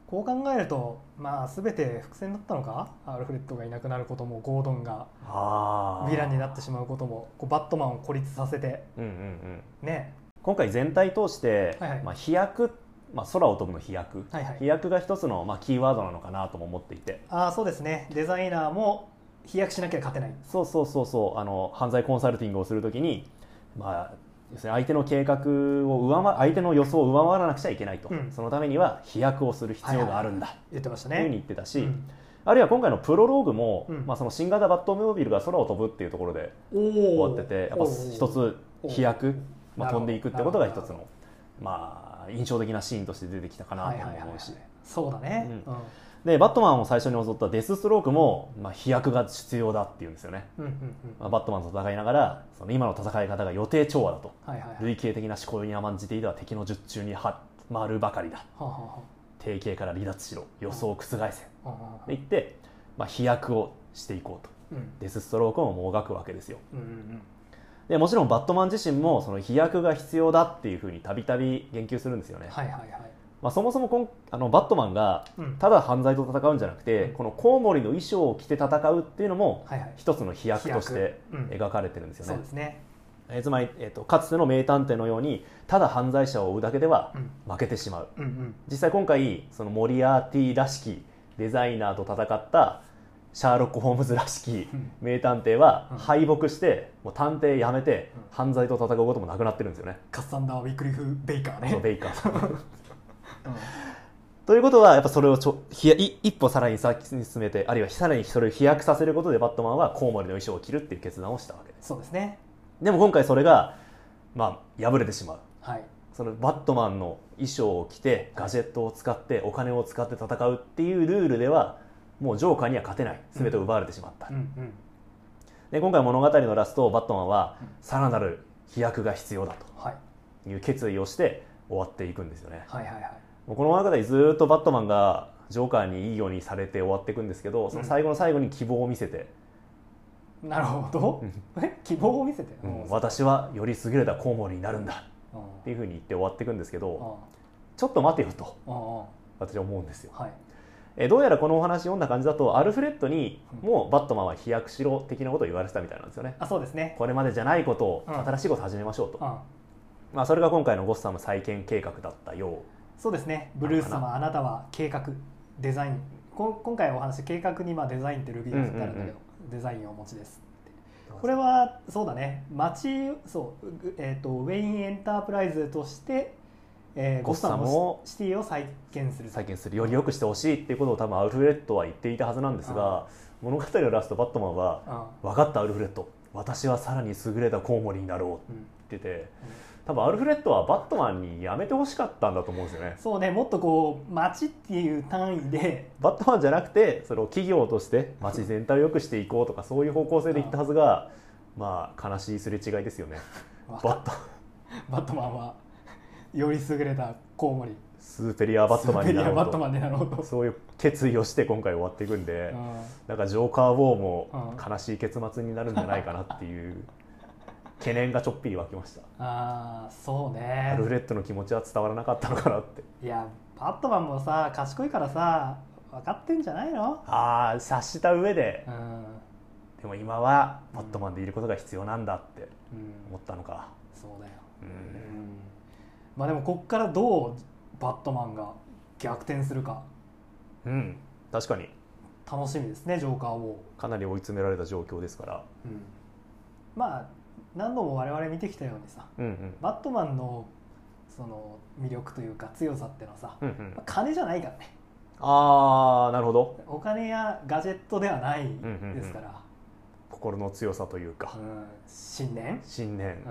B: こう考えるとまあ全て伏線だったのかアルフレッドがいなくなることもゴードンが
A: うあ
B: ヴィランになってしまうこともこうバットマンを孤立させて
A: うんうんうん
B: ね
A: 今回全体通して、
B: はいはい
A: まあ、飛躍、まあ、空を飛ぶの飛躍、
B: はいは
A: 飛
B: い
A: 躍が一つの、まあ、キーワードなのかなとも思っていて
B: ああそうですねデザイナーも飛躍しなきゃ勝てない
A: そうそうそうそうあの犯罪コンサルティングをするときに、まあ、要するに相手の計画を上回相手の予想を上回らなくちゃいけないと、
B: うん
A: そのためには飛躍をする必要があるんだ、
B: 言ってました
A: というふうに
B: ね
A: 言ってたし、
B: うん
A: あるいは今回のプロローグも、
B: うん
A: まあ、その新型バットモービルが空を飛ぶっていうところで終
B: お
A: わっててやっぱ一つ飛躍、まあ、
B: なるほど
A: 飛んでいくってことが一つ
B: なる
A: の、まあ、印象的なシーンとして出てきたかなとも思うし、
B: そうだね、
A: う
B: うんん
A: でバットマンを最初に襲ったデス・ストロークも、まあ、飛躍が必要だっていうんですよね、
B: うんうんうん
A: まあ、バットマンと戦いながらその今の戦い方が予定調和だと
B: はいはいはい
A: 類型的な思考に甘んじていては敵の術中には回るばかりだ
B: はあはあは
A: 定型から離脱しろ予想を覆せで
B: あはあはあ
A: 言って、まあ、飛躍をしていこうと
B: うん
A: デス・ストロークももがくわけですよ
B: うんうん
A: でもちろんバットマン自身もその飛躍が必要だっていうふうにたびたび言及するんですよね、
B: はいはいはい
A: まあ、そもそもこんあのバットマンが
B: うん
A: ただ犯罪と戦うんじゃなくて、
B: うん
A: このコウモリの衣装を着て戦うっていうのも
B: はいはい
A: 一つの飛躍とし
B: 飛
A: て
B: 躍うん
A: 描かれてるんですよ
B: そう
A: ね
B: で、すね
A: えーつまり、えー、とかつての名探偵のようにただ犯罪者を追うだけでは
B: うん
A: 負けてしまう
B: うんうん
A: 実際今回そのモリアーティらしきデザイナーと戦ったシャーロック・ホームズらしき
B: うん
A: 名探偵は
B: うん
A: 敗北してもう探偵やめて
B: うん
A: 犯罪と戦うこともなくなってるんですよね、
B: カッサンダー・ウィクリフ・ベイカー
A: その
B: ね
A: ベイカーさん
B: うん
A: ということはやっぱそれをちょひやい一歩さらに先に進めてあるいはさらにそれを飛躍させることでバットマンはコウモリの衣装を着るっていう決断をしたわけです
B: そうですね
A: でも今回それがまあ破れてしまう
B: はい
A: そのバットマンの衣装を着てガジェットを使ってお金を使って戦うっていうルールではもうジョーカーには勝てない全てを奪われてしまった、
B: うんうん
A: で今回物語のラストバットマンは
B: うん
A: さらなる飛躍が必要だ
B: はい
A: という決意をして終わっていくんですよね
B: はいはいはい
A: もうこの中でずっとバットマンがジョーカーにいいようにされて終わっていくんですけどその最後の最後に希望を見せて、
B: なるほどえ希望を見せて
A: うん
B: うん
A: 私はより優れたコウモリになるんだ
B: うん
A: っていうふうに言って終わっていくんですけ
B: うん
A: どちょっと待てよと
B: うんうん
A: 私は思うんですよ
B: はい
A: えーどうやらこのお話読んだ感じだとアルフレッドに
B: うん
A: もうバットマンは飛躍しろ的なことを言われてたみたいなんですよね
B: あそうですね
A: これまでじゃないことを
B: うん
A: 新しいことを始めましょうと、
B: うん
A: まあ、それが今回のゴッサム再建計画だったよ
B: そうですねブルース
A: なの
B: 様あなたは計画デザインこん今回お話計画にまあデザインってルビーが振ってあるんだけど、デザインをお持ちです
A: う
B: これはそうだね町そう、ぐえー、とウェインエンタープライズとして、えー
A: ゴ
B: ゴ
A: ッ
B: ッ
A: サ
B: サ
A: ムを
B: ムをシティを再建する
A: 再建するより良くしてほしいっていうことを多分アルフレッドは言っていたはずなんですが物語のラストバットマンは
B: う
A: 「
B: ん
A: 分かったアルフレッド私はさらに優れたコウモリになろう」って
B: うん
A: 言ってて多分アルフレッドはバットマンにやめてほしかったんだと思うんですよね
B: そうねもっとこう町っていう単位で
A: バットマンじゃなくてそれを企業として街全体を良くしていこうとかそういう方向性でいったはずが、まあ悲しいすれ違いですよね
B: わか
A: バッ
B: っ
A: ト
B: バットマンはより優れたコウモリ
A: スーペリアバットマンになろ
B: スーペリアバット
A: う
B: マンになろう
A: と
B: と、
A: そういう決意をして今回終わっていくんで、
B: うん
A: なんかジョーカー・ウォーも
B: う
A: 悲しい結末になるんじゃないかなっていう懸念がちょっぴり湧きました、
B: ああそうね
A: アルフレッドの気持ちは伝わらなかったのかなって
B: いやバットマンもさ賢いからさ分かってんじゃないの
A: ああ察した上で
B: うん、
A: でも今はバットマンでいることが必要なんだって
B: うん、
A: 思ったのか、
B: そうだよ、
A: う
B: うんん、まあでもこっからどうバットマンが逆転するか
A: うん、確かに
B: 楽しみですねジョーカーを、
A: かなり追い詰められた状況ですから、
B: うん、まあ何度も我々見てきたようにさ
A: うんうん
B: バットマンのその魅力というか強さってのはさ、
A: うんうん
B: まあ、金じゃないからね
A: ああなるほど
B: お金やガジェットではないですから、
A: 心の強さというか、
B: うん、信念、
A: 信念
B: うん、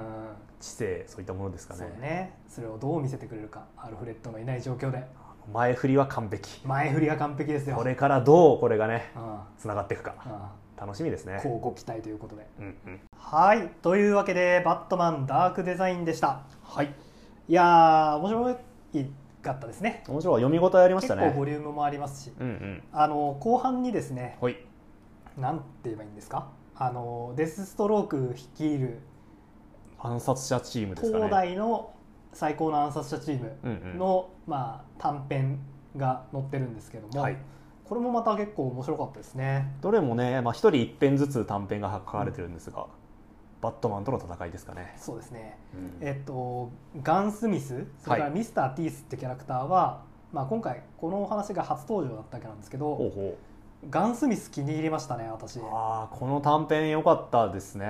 A: 知性そういったものですか
B: そう
A: ね
B: ねそれをどう見せてくれるかアルフレッドのいない状況で
A: 前振りは完璧
B: 前振りが完璧ですよ
A: これからどうこれがね
B: うんうん
A: つながっていくか楽しみですね
B: こうご期待ということで
A: うんうん、
B: はいというわけで「バットマンダークデザイン」でした
A: はい
B: いやー面白かったですね
A: 面白い読み応えありまし
B: 結
A: た
B: 構
A: ね
B: ボリュームもありますし
A: うんうん
B: あの後半にですね
A: はい
B: なんて言えばいいんですかあのデスストローク率いる
A: 暗殺者チームですかね
B: 東大の最高の暗殺者チー
A: う
B: ム
A: んうん
B: の、まあ、短編が載ってるんですけども、
A: はい、
B: これもまた結構面白かったですね
A: どれもね、まあ、一人一編ずつ短編が書かれてるんですが、バットマンとの戦いですかね、
B: そうですね
A: うん
B: えっとガン・スミスそれから
A: はい
B: ミスター・ティースってキャラクターは、まあ、今回このお話が初登場だったわけなんですけ
A: ほう
B: ど
A: ほう
B: ガン・スミス気に入りましたね私
A: ああこの短編良かったですね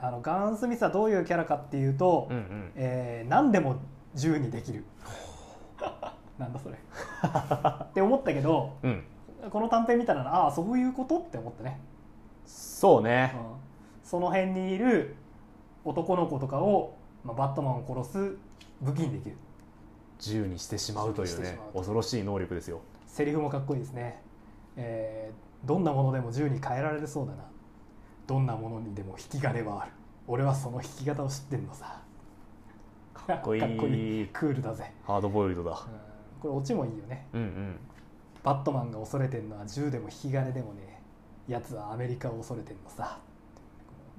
B: あのガン・スミスはどういうキャラかっていうと、
A: うんうん
B: えー何でも銃にできる なんだそれ って思ったけど
A: うん
B: この短編見たらああそういうことって思ってね、
A: そう
B: う
A: ね
B: ん、その辺にいる男の子とかを、まあ、バットマンを殺す武器にできる
A: 自由にしてしまうとい
B: し
A: う
B: てし
A: ね
B: まうと
A: 恐ろしい能力ですよ
B: セリフもかっこいいですねえーどんなものでも銃に変えられるそうだなどんなものにでも引き金はある俺はその引き方を知ってんのさかっ
A: こいい
B: かっこいいクールだぜ、
A: ハードボイルドだ
B: うんこれオチもいいよね
A: うんうん
B: バットマンが恐れてんのは銃でも引き金でもねえやつはアメリカを恐れてんのさ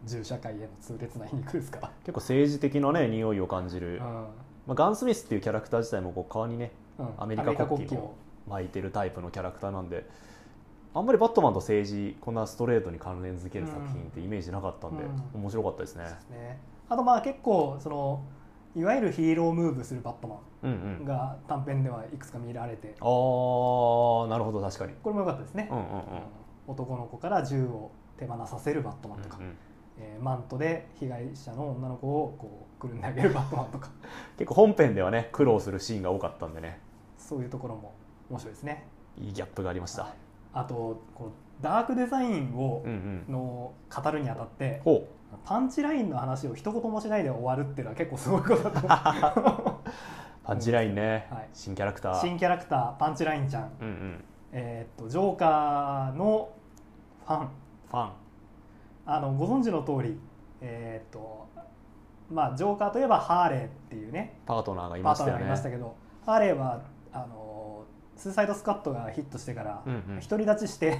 B: 銃社会への痛烈な皮肉ですから
A: 結構政治的なね匂いを感じる、
B: うん
A: まあ、ガン・スミスっていうキャラクター自体もこう顔にね
B: うん
A: アメリカ国旗を巻いてるタイプのキャラクターなんであんまりバットマンと政治こんなストレートに関連づける作品ってイメージなかったんで、
B: うん
A: 面白かったですね、
B: ねあとまあ結構そのいわゆるヒーロームーブするバットマ
A: うんう
B: ン
A: んあ
B: が短編ではいくつか見られて
A: あーなるほど確かに
B: これも良かったですね、
A: うんうんうん
B: 男の子から銃を手放させるバットマンとか、
A: うんうん
B: えーマントで被害者の女の子をこうくるんであげるバットマンとか
A: 結構本編ではね苦労するシーンが多かったんでね
B: そういうところも面白いですね
A: いいギャップがありました、
B: あとこのダークデザインを
A: うんうん
B: の語るにあたって
A: ほ
B: パンチラインの話を一言もしないで終わるっていうのは結構すごいことだと思
A: う パンチラインね、
B: はい
A: 新キャラクタ
B: う
A: ー
B: 新キャラクターパンチラインちゃん、
A: うんうん
B: えーっとジョーカーのファ
A: フ
B: ン
A: ァン
B: あのご存知の通りえーっとまあジョーカーといえばハーレーっていうね
A: パートナーがい
B: パ
A: ま
B: ー
A: し
B: ト
A: た
B: ナ
A: よ
B: ーがい
A: ね
B: ましたけどハーレーはあのスーサイドスカットがヒットしてから
A: うんうん
B: 独り立ちして、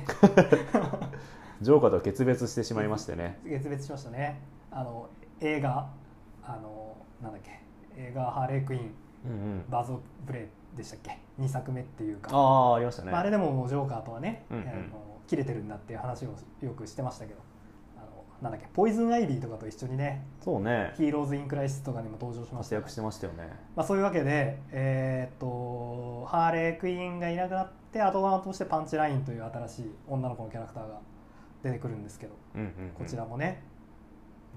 A: ジョーカーとは決別してしまいましてね
B: 決別しましたねあの映画あのなんだっけ映画「ハーレークイーン
A: うんうん
B: バズ・オブ・レイ」でしたっけ2作目っていうか
A: ああありましたね、
B: まあ、あれでももうジョーカーとはね、
A: うんうん
B: あの切れてるんだっていう話をよくしてましたけどあのなんだっけポイズン・アイビーとかと一緒にね
A: そうね
B: ヒーローズ・イン・クライシスとかにも登場しまし
A: 活
B: た
A: 躍してましたよね
B: まあ、そういうわけで、えーっとハーレー・クイーンがいなくなって後側としてパンチラインという新しい女の子のキャラクターが出てくるんですけど
A: うんうんうん
B: こちらもね、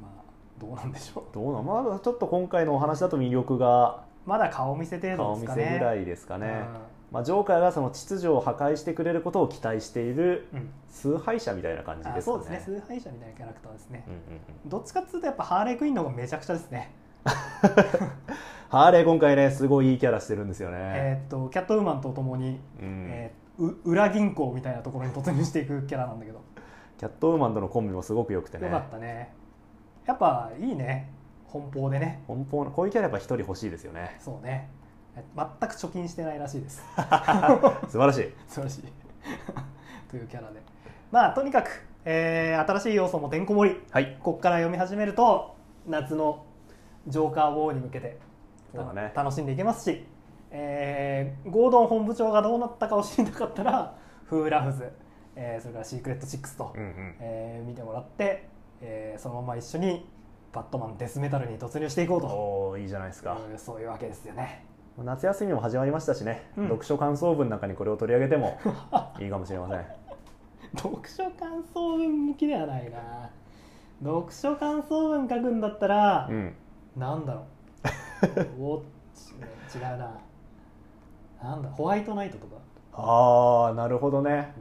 B: まあどうなんでしょう
A: どうなんまだちょっと今回のお話だと魅力が
B: まだ顔見せ程度
A: 顔
B: で
A: 見
B: す
A: せ
B: か
A: ぐ
B: ね
A: らいですかね、
B: うん
A: まあ、ジョーカーがその秩序を破壊してくれることを期待している
B: うん
A: 崇拝者みたいな感じ
B: あ
A: ですか
B: そ
A: ね
B: うですね崇拝者みたいなキャラクターですね
A: う、んうんうん
B: どっちかっつうとやっぱハーレークイーンの方がめちゃくちゃですね、
A: ハーレー今回ねすごいいいキャラしてるんですよね、
B: えーっとキャットウーマンとともに、
A: うん
B: えーう裏銀行みたいなところに突入していくキャラなんだけど、
A: キャットウーマンとのコンビもすごく良くてね
B: よかったねやっぱいいね奔放でね
A: 奔放なこういうキャラやっぱ一人欲しいですよね
B: そうねえ全く貯金してないらしいです
A: 素晴らしい
B: 素晴らしい というキャラでまあとにかく、えー新しい要素もてんこ盛り
A: はい
B: こっから読み始めると夏のジョーカーウォーに向けて、
A: そうだね
B: 楽しんでいけますし、えーゴードン本部長がどうなったかを知りたかったら「フーラフズ」えーそれから「シークレット6と」
A: うんうん
B: えー見てもらって、えーそのまま一緒に「バットマンデスメタル」に突入していこうと、
A: おーいいじゃないですか、
B: うんそういうわけですよね。
A: 夏休みも始まりましたしね、
B: うん
A: 読書感想文なんかにこれを取り上げてもいいかもしれません
B: 読書感想文向きではないな読書感想文書くんだったら、
A: うん
B: なんだろ うお違うななんだホワイトナイトとか、
A: ああなるほどね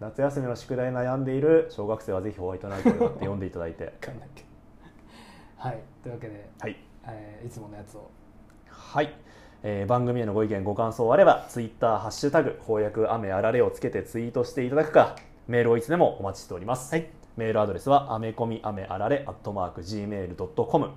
B: うん、
A: 夏休みの宿題悩んでいる小学生はぜひホワイトナイトを買って読んでいただいて
B: 分かんないけどはいというわけで、
A: はい
B: えーいつものやつを
A: はい、えー番組へのご意見ご感想あればツイッターハッシュタグ翻訳雨あられをつけてツイートしていただくかメールをいつでもお待ちしております、
B: はい
A: メールアドレスはアメコミアメあられアットマーク Gmail.com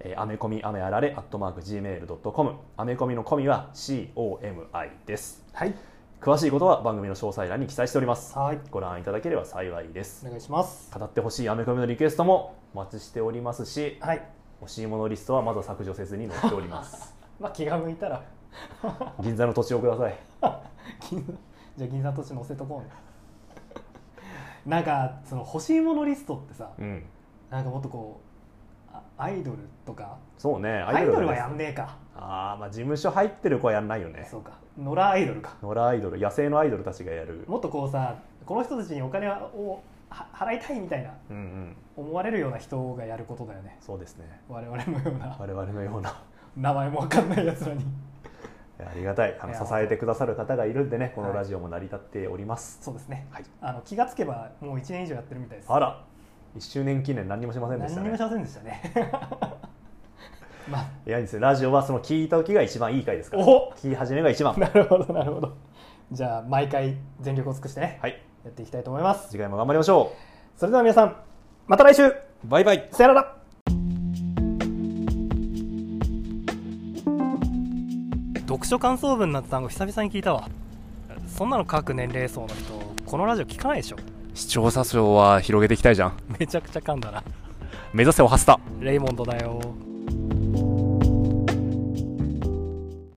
A: えーアメコミアメあられアットマーク Gmail.com アメコミのコミは COMI です
B: はい
A: 詳しいことは番組の詳細欄に記載しております
B: はい
A: ご覧いただければ幸いです
B: お願いします
A: 語ってほしいアメコミのリクエストもお待ちしておりますし
B: はい
A: 欲しいものリストはまだ削除せずに載っております
B: まあ気が向いたら
A: 銀座の土地をください
B: 銀座じゃあ銀座都市載せとこうねなんかその欲しいものリストってさ
A: うん
B: なんかもっとこうあアイドルとか
A: そうね
B: アイドルは
A: です
B: やんねえか
A: ああまあ事務所入ってる子はやんないよね
B: そうか野良アイドルか
A: 野良アイドル野生のアイドルたちがやる
B: もっとこうさこの人たちにお金をは払いたいみたいな
A: うんうん
B: 思われるような人がやることだよね
A: そうですね
B: 我々のような
A: 我々のような
B: 名前も分かんないやつ らに
A: いやありがたいあの
B: いや
A: 支えてくださる方がいるんでねこの
B: はい
A: ラジオも成り立っております、
B: そうですね、
A: はい
B: あの気がつけばもう1年以上やってるみたいです
A: あら1周年記念何にもしませんでした
B: 何
A: ね
B: にもしませんでしたね ま あ
A: いやいいですねラジオはその聞いた時が一番いい回ですから
B: お
A: 聞き始めが一番
B: なるほどなるほどじゃあ毎回全力を尽くしてね
A: はい
B: やっていきたいと思います
A: 次回も頑張りましょ
B: それでは皆さんまた来週
A: うバイバイ
B: さよなら読書感想文なんて単語久々に聞いたわそんなの書く年齢層の人このラジオ聞かないでしょ
A: 視聴者層は広げていきたいじゃん
B: めちゃくちゃ噛んだな
A: 目指せおはスタ
B: レイモンドだよ